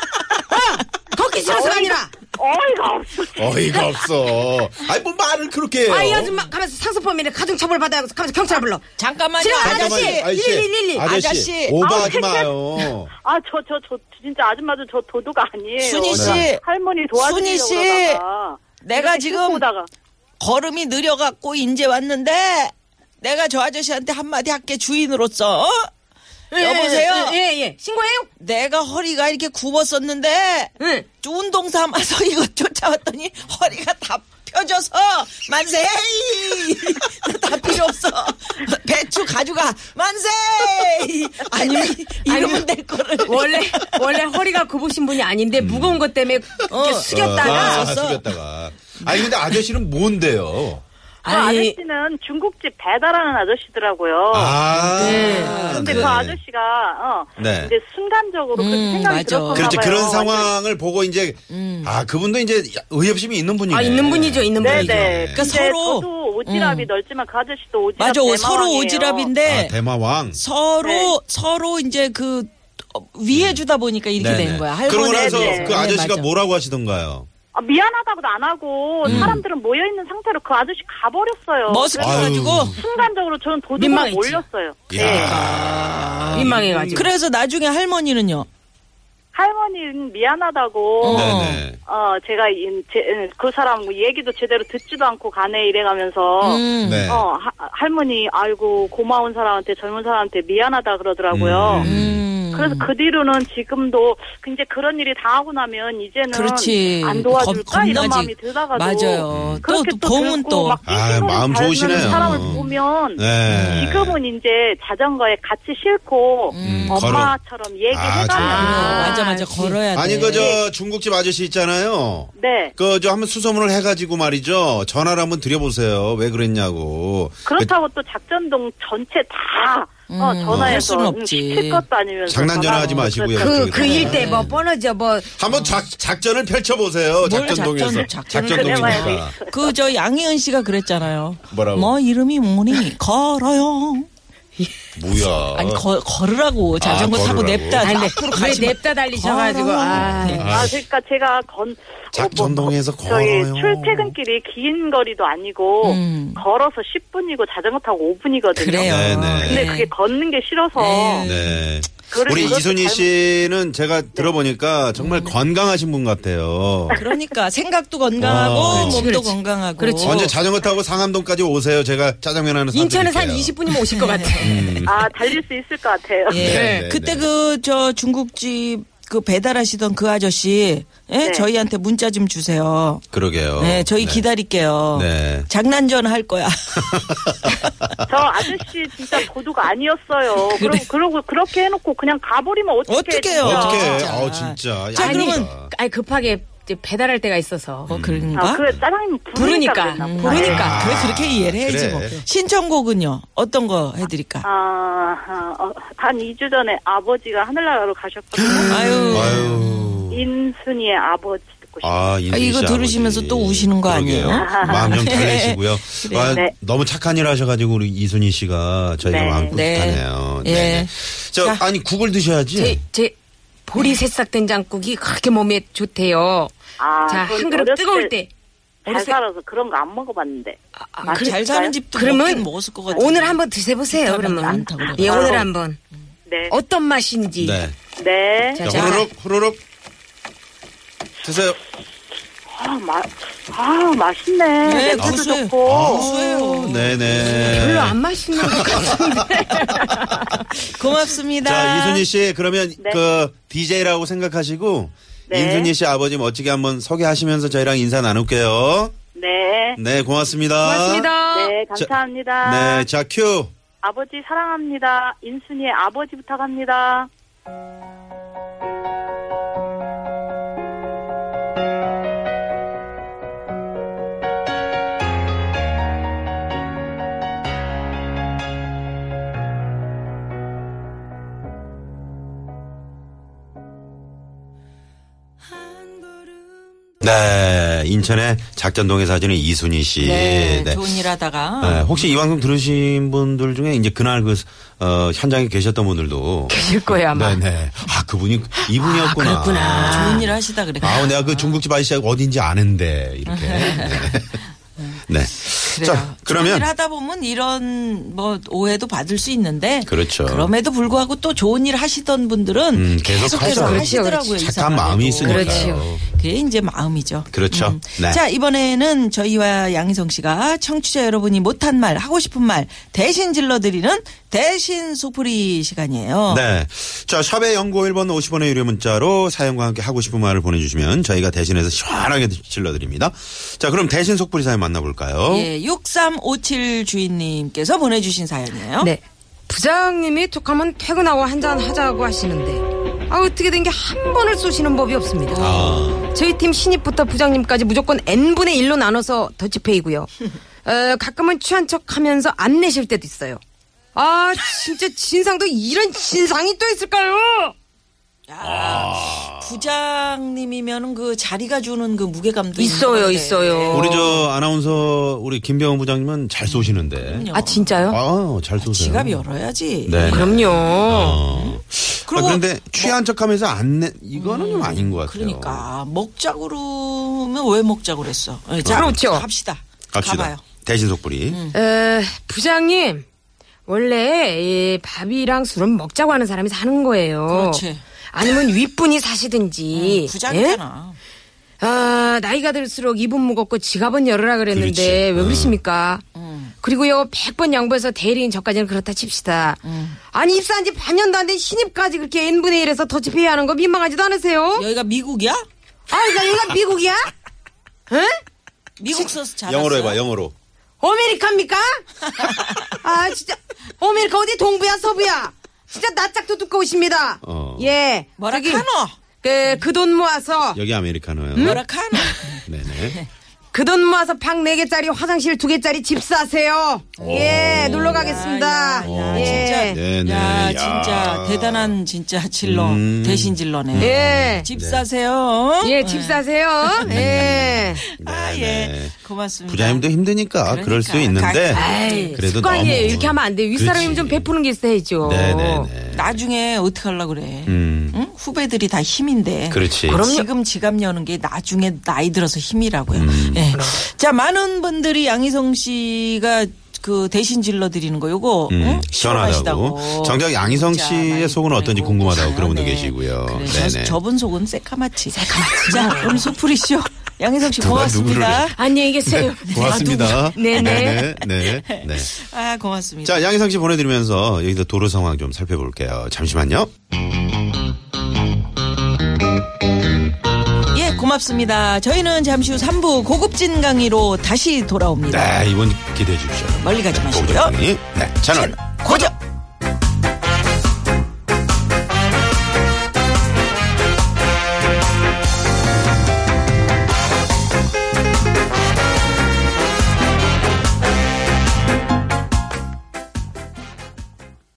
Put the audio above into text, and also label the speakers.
Speaker 1: 어, 걷기 싫어서가 아니라.
Speaker 2: 어이가 없어.
Speaker 3: 어이가 없어. 아이 뭐 말을 그렇게 해요.
Speaker 1: 아, 이 아줌마 가면서 상습범이네 가중처벌 받아야 하고 가면서 경찰 불러.
Speaker 4: 잠깐만요.
Speaker 1: 싫어,
Speaker 4: 아저씨.
Speaker 1: 아저씨.
Speaker 3: 잠깐만요. 아저씨,
Speaker 1: 1111.
Speaker 3: 아저씨,
Speaker 4: 아저씨.
Speaker 3: 오버하지
Speaker 2: 아우,
Speaker 3: 마요.
Speaker 2: 아, 저, 저, 저, 진짜 아줌마도 저 도둑 아니에요.
Speaker 4: 순희 씨.
Speaker 2: 나
Speaker 1: 네.
Speaker 2: 할머니 도와주려고
Speaker 4: 순희 씨.
Speaker 2: 그러다가
Speaker 4: 내가
Speaker 2: 이렇게 싣고
Speaker 4: 지금
Speaker 2: 오다가.
Speaker 4: 걸음이 느려갖고 이제 왔는데 내가 저 아저씨한테 한마디 할게 주인으로서. 어?
Speaker 1: 예,
Speaker 4: 여보세요.
Speaker 1: 예, 예, 예. 신고해요?
Speaker 4: 내가 허리가 이렇게 굽었었는데
Speaker 1: 응.
Speaker 4: 운동 삼아서 이거 쫓아왔더니 허리가 다 펴져서 만세 에이! 다 필요 없어 배추 가져가 만세 아니 이러면 될 거를
Speaker 1: 원래, 원래 허리가 굽으신 분이 아닌데 무거운 것 때문에 이렇게
Speaker 4: 어.
Speaker 3: 아,
Speaker 1: 숙였다가.
Speaker 4: 알았어.
Speaker 3: 숙였다가. 아니 근데 아저씨는 뭔데요?
Speaker 2: 그 아저씨는 중국집 배달하는 아저씨더라고요.
Speaker 3: 아.
Speaker 2: 근데
Speaker 3: 네.
Speaker 2: 그 아저씨가, 어.
Speaker 3: 네. 그렇죠.
Speaker 2: 근데 순간적으로 그렇게 생각이
Speaker 4: 음, 맞아.
Speaker 2: 들었었나
Speaker 3: 그렇지
Speaker 2: 봐요.
Speaker 3: 그런 상황을 보고 이제 아 그분도 이제 의협심이 있는 분이네.
Speaker 1: 아, 있는 분이죠, 있는
Speaker 2: 네네.
Speaker 1: 분이죠.
Speaker 2: 근데
Speaker 4: 그러니까 서로- 음.
Speaker 2: 저도 오지랖이 넓지만 그 아저씨도 오지랖
Speaker 4: 맞아
Speaker 2: 대마왕이에요.
Speaker 4: 서로 오지랖인데
Speaker 3: 아, 대마왕.
Speaker 4: 서로
Speaker 2: 네.
Speaker 4: 서로 이제 그 어, 위해 주다 보니까 이렇게
Speaker 3: 네. 네네.
Speaker 4: 된 거야
Speaker 3: 그러고
Speaker 4: 할머니
Speaker 3: 나서
Speaker 2: 네네.
Speaker 3: 그 아저씨가
Speaker 4: 맞아.
Speaker 3: 뭐라고 하시던가요?
Speaker 2: 아, 미안하다고도 안 하고 사람들은 모여있는 상태로 그 아저씨 가버렸어요.
Speaker 4: 음. 머쓱해가지고
Speaker 3: 아유.
Speaker 2: 순간적으로 저는 도둑으로
Speaker 1: 민망했지.
Speaker 2: 몰렸어요. 네.
Speaker 1: 아,
Speaker 3: 이야.
Speaker 1: 민망해가지고.
Speaker 4: 그래서 나중에 할머니는요
Speaker 2: 할머니는 미안하다고
Speaker 3: 네네.
Speaker 2: 어 제가 이- 제- 그 사람 얘기도 제대로 듣지도 않고 가네 이래가면서
Speaker 4: 음.
Speaker 3: 네.
Speaker 2: 어 하- 할머니 아이고 고마운 사람한테 젊은 사람한테 미안하다 그러더라고요.
Speaker 3: 음.
Speaker 4: 음.
Speaker 2: 그래서 그 뒤로는 지금도 굉장히 그런 일이 당하고 나면 이제는
Speaker 4: 그렇지.
Speaker 2: 안 도와줄까
Speaker 4: 겁- 겁나지.
Speaker 2: 이런 마음이 들다가도
Speaker 4: 맞아요. 또,
Speaker 2: 그렇게
Speaker 4: 또 봄은
Speaker 2: 들고
Speaker 4: 또.
Speaker 2: 막
Speaker 3: 아유,
Speaker 2: 삐삐로
Speaker 3: 마음
Speaker 2: 닳는
Speaker 3: 좋으시네요.
Speaker 2: 사람을 보면
Speaker 3: 네.
Speaker 2: 음. 지금은 이제 자전거에 같이 싣고 엄마처럼
Speaker 3: 음, 아,
Speaker 2: 얘기해달라고.
Speaker 3: 좋아요.
Speaker 4: 음, 맞아 맞아 네. 걸어야 돼.
Speaker 3: 아니 그 저 중국집 아저씨 있잖아요.
Speaker 2: 네.
Speaker 3: 그 저 한번 수소문을 해가지고 말이죠. 전화를 한번 드려보세요. 왜 그랬냐고.
Speaker 2: 그렇다고 또 작전동 전체 다 어,
Speaker 4: 음, 할
Speaker 2: 전화해서
Speaker 4: 수는
Speaker 2: 응,
Speaker 4: 없지.
Speaker 2: 시킬 것도 아니면서
Speaker 3: 장난 전화하지
Speaker 2: 전화하고
Speaker 3: 마시고요.
Speaker 2: 그랬다.
Speaker 1: 그,
Speaker 3: 저기
Speaker 1: 그
Speaker 3: 있잖아요.
Speaker 1: 일대 뭐 뻔하죠, 뭐.
Speaker 3: 한번 작, 작전을 펼쳐보세요.
Speaker 4: 뭘
Speaker 3: 그 작전동에서.
Speaker 4: 작전, 작전을
Speaker 2: 그래봐야 돼.
Speaker 3: 작전동이니까.
Speaker 4: 그 저 양희은 씨가 그랬잖아요.
Speaker 3: 뭐라고?
Speaker 4: 뭐 이름이 뭐니? 걸어요.
Speaker 3: 뭐야.
Speaker 4: 아니 거- 걸으라고 자전거 타고
Speaker 3: 어. 걸으라고.
Speaker 4: 냅다.
Speaker 1: 아니,
Speaker 4: 앞으로
Speaker 1: 왜
Speaker 4: 가지 마.
Speaker 1: 냅다 달리셔가지고, 아.
Speaker 2: 아, 그러니까 제가 건
Speaker 3: 작전동에서
Speaker 2: 어, 뭐, 저희
Speaker 3: 걸어요.
Speaker 2: 출퇴근길이 긴 거리도 아니고
Speaker 4: 음.
Speaker 2: 걸어서 10분이고 자전거 타고 5분이거든요.
Speaker 4: 그래요.
Speaker 3: 네, 네.
Speaker 2: 근데 그게 걷는 게 싫어서
Speaker 4: 네.
Speaker 3: 네.
Speaker 2: 그걸
Speaker 3: 우리
Speaker 2: 그러니까 그것도
Speaker 3: 이순희
Speaker 2: 잘못- 네. 음.
Speaker 3: 씨는 제가 들어보니까 정말 건강하신 분 같아요.
Speaker 2: 그렇죠.
Speaker 4: 그러니까 생각도 건강하고
Speaker 3: 어, 그렇지,
Speaker 4: 몸도
Speaker 1: 그렇지.
Speaker 4: 건강하고.
Speaker 1: 그렇지.
Speaker 3: 언제 자전거 타고 상암동까지 오세요. 제가 짜장면 하나 사드릴게요.
Speaker 1: 인천에서 한 20분이면 오실 것 같아.
Speaker 2: 아 달릴 수 있을 것 같아요.
Speaker 4: 예.
Speaker 3: 네, 네,
Speaker 4: 그때
Speaker 3: 네.
Speaker 4: 그 저 중국집 그 배달하시던 그 아저씨, 예? 저희한테 문자 좀 주세요.
Speaker 3: 그러게요.
Speaker 4: 네, 저희 기다릴게요.
Speaker 3: 어, 네.
Speaker 4: 장난전 할 거야.
Speaker 2: 저 아저씨 진짜 고도가 아니었어요. 그러고 그러고 그렇게 해놓고 그냥 가버리면 어떻게
Speaker 4: 어떡해요.
Speaker 3: 어떻게?
Speaker 4: 아, 진짜.
Speaker 3: 어 진짜.
Speaker 4: 자,
Speaker 3: 야,
Speaker 1: 아니,
Speaker 4: 그러면-
Speaker 1: 아니, 급하게 이제 배달할 때가 있어서.
Speaker 4: 어, 그런가?
Speaker 2: 아, 그 짜장면 부르니까.
Speaker 1: 부르니까,
Speaker 2: 그랬나 보다.
Speaker 1: 부르니까.
Speaker 4: 아, 그래, 그렇게 이해를 해야지
Speaker 3: 그래.
Speaker 4: 뭐. 신청곡은요? 어떤 거 해드릴까?
Speaker 2: 아, 어, 한 2주 전에 아버지가 하늘나라로 가셨거든요.
Speaker 4: 아유.
Speaker 3: 음. 아유.
Speaker 2: 인순이의 아버지 듣고 싶어요.
Speaker 3: 아,
Speaker 4: 아,
Speaker 3: 인순이
Speaker 4: 이거
Speaker 3: 씨
Speaker 4: 들으시면서
Speaker 3: 아버지.
Speaker 4: 또 우시는 거
Speaker 3: 그러게요.
Speaker 4: 아니에요?
Speaker 3: 마음 좀 달래시고요. 아,
Speaker 2: 네.
Speaker 3: 너무 착한 일 하셔가지고 우리 이순희 씨가 저희가
Speaker 2: 네.
Speaker 3: 마음
Speaker 4: 네.
Speaker 3: 뿌듯하네요. 네.
Speaker 4: 예.
Speaker 3: 네. 저
Speaker 4: 자.
Speaker 3: 아니 국을 드셔야지.
Speaker 1: 제, 제 보리 새싹 된장국이 그렇게 몸에 좋대요.
Speaker 2: 아,
Speaker 1: 자,
Speaker 2: 그건
Speaker 1: 한 그릇
Speaker 2: 어렸을
Speaker 1: 뜨거울 때.
Speaker 2: 잘
Speaker 1: 어렸을 때-
Speaker 2: 살아서 그런 거 안 먹어봤는데.
Speaker 4: 아,
Speaker 1: 그래-
Speaker 4: 잘 사는 집도
Speaker 1: 그러면
Speaker 4: 먹긴 먹었을 것 같은데.
Speaker 1: 오늘 한번 드셔보세요,
Speaker 4: 비타민
Speaker 1: 그러면.
Speaker 4: 많다고 그래요.
Speaker 1: 예, 오늘 한번.
Speaker 2: 네.
Speaker 1: 어떤 맛인지.
Speaker 3: 네.
Speaker 2: 네.
Speaker 3: 자,
Speaker 1: 자.
Speaker 3: 후루룩 후루룩 드세요.
Speaker 2: 아, 마, 아, 맛있네.
Speaker 4: 네,
Speaker 2: 냄새도
Speaker 4: 구수해.
Speaker 2: 좋고.
Speaker 4: 수예요.
Speaker 3: 네네.
Speaker 1: 별로 안 맛있는 것 같은데.
Speaker 4: 고맙습니다.
Speaker 3: 자 이순희 씨 그러면
Speaker 2: 네.
Speaker 3: 그 DJ라고 생각하시고
Speaker 2: 네.
Speaker 3: 인순희 씨 아버지 멋지게 한번 소개하시면서 저희랑 인사 나눌게요.
Speaker 2: 네.
Speaker 3: 네 고맙습니다.
Speaker 4: 아.
Speaker 1: 고맙습니다.
Speaker 2: 네, 감사합니다.
Speaker 3: 네, 자 큐.
Speaker 2: 아버지 사랑합니다. 인순이의 아버지 부탁합니다.
Speaker 3: 네, 인천의 작전동에 사시는 이순희 씨.
Speaker 4: 네,
Speaker 3: 네.
Speaker 4: 좋은 일 하다가.
Speaker 3: 네, 혹시 이 방송 들으신 분들 중에 이제 그날 그 어, 현장에 계셨던 분들도
Speaker 1: 드실 거예요, 아마.
Speaker 3: 네네 아 그분이 이분이었구나.
Speaker 1: 아, 그랬구나.
Speaker 4: 좋은 일 하시다 그래.
Speaker 3: 아우, 내가 그 중국집 아저씨가 어딘지 아는데 이렇게. 네. 네. 자
Speaker 4: 일
Speaker 3: 그러면
Speaker 4: 하다 보면 이런 뭐 오해도 받을 수 있는데
Speaker 3: 그렇죠.
Speaker 4: 그럼에도 불구하고 또 좋은 일 하시던 분들은
Speaker 3: 음, 계속
Speaker 4: 계속해서
Speaker 3: 하죠. 그렇죠.
Speaker 4: 하시더라고요.
Speaker 3: 착한
Speaker 4: 이상하게도.
Speaker 3: 마음이 있으니까요.
Speaker 1: 그렇지요.
Speaker 4: 그게 이제 마음이죠.
Speaker 3: 그렇죠. 네.
Speaker 4: 자 이번에는 저희와 양희성 씨가 청취자 여러분이 못한 말 하고 싶은 말 대신 질러드리는 대신 소풀이 시간이에요.
Speaker 3: 네. 자, 샵의 연구 1번 50원의 유료 문자로 사연과 함께 하고 싶은 말을 보내주시면 저희가 대신해서 시원하게 질러드립니다. 자, 그럼 대신 속풀이 사연
Speaker 1: 어?
Speaker 3: 만나볼까요?
Speaker 4: 예, 6357 주인님께서 보내주신 사연이에요.
Speaker 1: 네. 부장님이 툭하면 퇴근하고 한잔 하자고 하시는데, 아, 어떻게 된 게 한 번을 쏘시는 법이 없습니다.
Speaker 3: 아.
Speaker 1: 저희 팀 신입부터 부장님까지 무조건 N분의 1로 나눠서 더치페이고요. 어, 가끔은 취한 척 하면서 안 내실 때도 있어요. 아, 진짜 진상도 이런 진상이 또 있을까요?
Speaker 4: 부장님이면은 그 자리가 주는 그 무게감도 있는
Speaker 1: 있어요,
Speaker 4: 건데.
Speaker 1: 있어요.
Speaker 3: 우리 저 아나운서 우리 김병훈 부장님은 잘 쏘시는데.
Speaker 1: 아, 진짜요?
Speaker 3: 아, 잘 쏘세요.
Speaker 4: 지갑 열어야지.
Speaker 3: 네.
Speaker 1: 그럼요. 음?
Speaker 3: 어. 아,
Speaker 4: 그리고
Speaker 3: 그런데
Speaker 1: 뭐-
Speaker 3: 취한 척하면서 안 내, 이거는
Speaker 1: 음,
Speaker 3: 좀 아닌 것 같아요. 어.
Speaker 4: 그러니까 먹자고는 왜 먹자고 그랬어? 예, 자,
Speaker 1: 그렇죠.
Speaker 4: 갑시다.
Speaker 3: 갑시다.
Speaker 4: 가봐요.
Speaker 3: 대신 속풀이.
Speaker 1: 음, 에, 부장님 원래 이 밥이랑 술은 먹자고 하는 사람이 사는 거예요.
Speaker 4: 그렇지. 음,
Speaker 1: 아니면 윗분이 사시든지.
Speaker 4: 부장이잖아.
Speaker 1: 예? 아, 나이가 들수록 입은 무겁고 지갑은 열어라 그랬는데
Speaker 3: 그렇지.
Speaker 4: 음.
Speaker 1: 왜 그러십니까? 그리고요, 100번 양보해서 대리인 저까지는 그렇다 칩시다.
Speaker 4: 음.
Speaker 1: 아니, 입사한 지 반년도 안 된 신입까지 그렇게 n분의 1에서 더치페이 하는 거 민망하지도 않으세요?
Speaker 4: 여기가 미국이야?
Speaker 1: 아, 나 여기가 미국이야?
Speaker 4: 미국 소스 잘
Speaker 3: 영어로 해봐, 영어로.
Speaker 1: 아메리카입니까? 아, 진짜. 아메리카 어디 동부야, 서부야? 진짜 낯짝도 두꺼우십니다.
Speaker 3: 어.
Speaker 1: 예.
Speaker 4: 뭐라
Speaker 1: 저기,
Speaker 4: 카노?
Speaker 1: 그, 그 돈 모아서,
Speaker 3: 여기 아메리카노요.
Speaker 1: 음?
Speaker 4: 뭐라 카노?
Speaker 3: 네네.
Speaker 1: 그 돈 모아서 방 네개짜리 화장실 두개짜리집 사세요. 예, 놀러 가겠습니다.
Speaker 4: 야, 야,
Speaker 1: 예.
Speaker 4: 진짜.
Speaker 3: 어, 네네.
Speaker 4: 야,
Speaker 3: 야. 음.
Speaker 4: 진짜 대단한 진짜 진로 대신 진로네.
Speaker 1: 예.
Speaker 4: 집 사세요.
Speaker 1: 예, 집 사세요. 예.
Speaker 4: 아,
Speaker 3: 네네.
Speaker 4: 예. 고맙습니다.
Speaker 3: 부자님도 힘드니까 그럴 수 있는데.
Speaker 4: 각-
Speaker 1: 그러니까. 아이,
Speaker 3: 그래도
Speaker 1: 습관이에요.
Speaker 3: 너무-
Speaker 1: 이렇게 하면 안 돼요. 윗사람이
Speaker 3: 그렇지.
Speaker 1: 좀 베푸는 게 있어야죠.
Speaker 3: 네네네.
Speaker 4: 나중에 어떻게 하려고 그래?
Speaker 3: 음.
Speaker 4: 응? 후배들이 다 힘인데.
Speaker 3: 그렇지.
Speaker 4: 지금 지갑 여는 게 나중에 나이 들어서 힘이라고요.
Speaker 3: 음.
Speaker 4: 예. 자, 많은 분들이 양희성 씨가 그 대신 질러 드리는 거 요거
Speaker 3: 음,
Speaker 4: 응?
Speaker 3: 시원하다고.
Speaker 4: 시원하시다고.
Speaker 3: 정작 양희성
Speaker 4: 진짜 많이
Speaker 3: 씨의 속은 어떤지
Speaker 4: 보내고
Speaker 3: 궁금하다고 그런 분도
Speaker 4: 계시네요.
Speaker 3: 계시고요.
Speaker 4: 네. 그래, 저-
Speaker 3: 네네.
Speaker 4: 저분 속은 새카맣지. 새카맣지. 자, 그럼 소풀이 쇼. 양희성 씨 고맙습니다.
Speaker 3: 누구를
Speaker 1: 안녕히 계세요.
Speaker 3: 고맙습니다.
Speaker 1: 네네.
Speaker 3: 네네. 네. 네.
Speaker 4: 아, 고맙습니다.
Speaker 3: 자, 양희성 씨 보내드리면서 여기서 도로 상황 좀 살펴볼게요. 잠시만요.
Speaker 4: 예, 고맙습니다. 저희는 잠시 후 3부 고급진 강의로 다시 돌아옵니다.
Speaker 3: 네, 이번 기대해 주십시오.
Speaker 4: 멀리 가지
Speaker 3: 네,
Speaker 4: 마시고요.
Speaker 3: 고정관이. 네, 채널.
Speaker 4: 고정!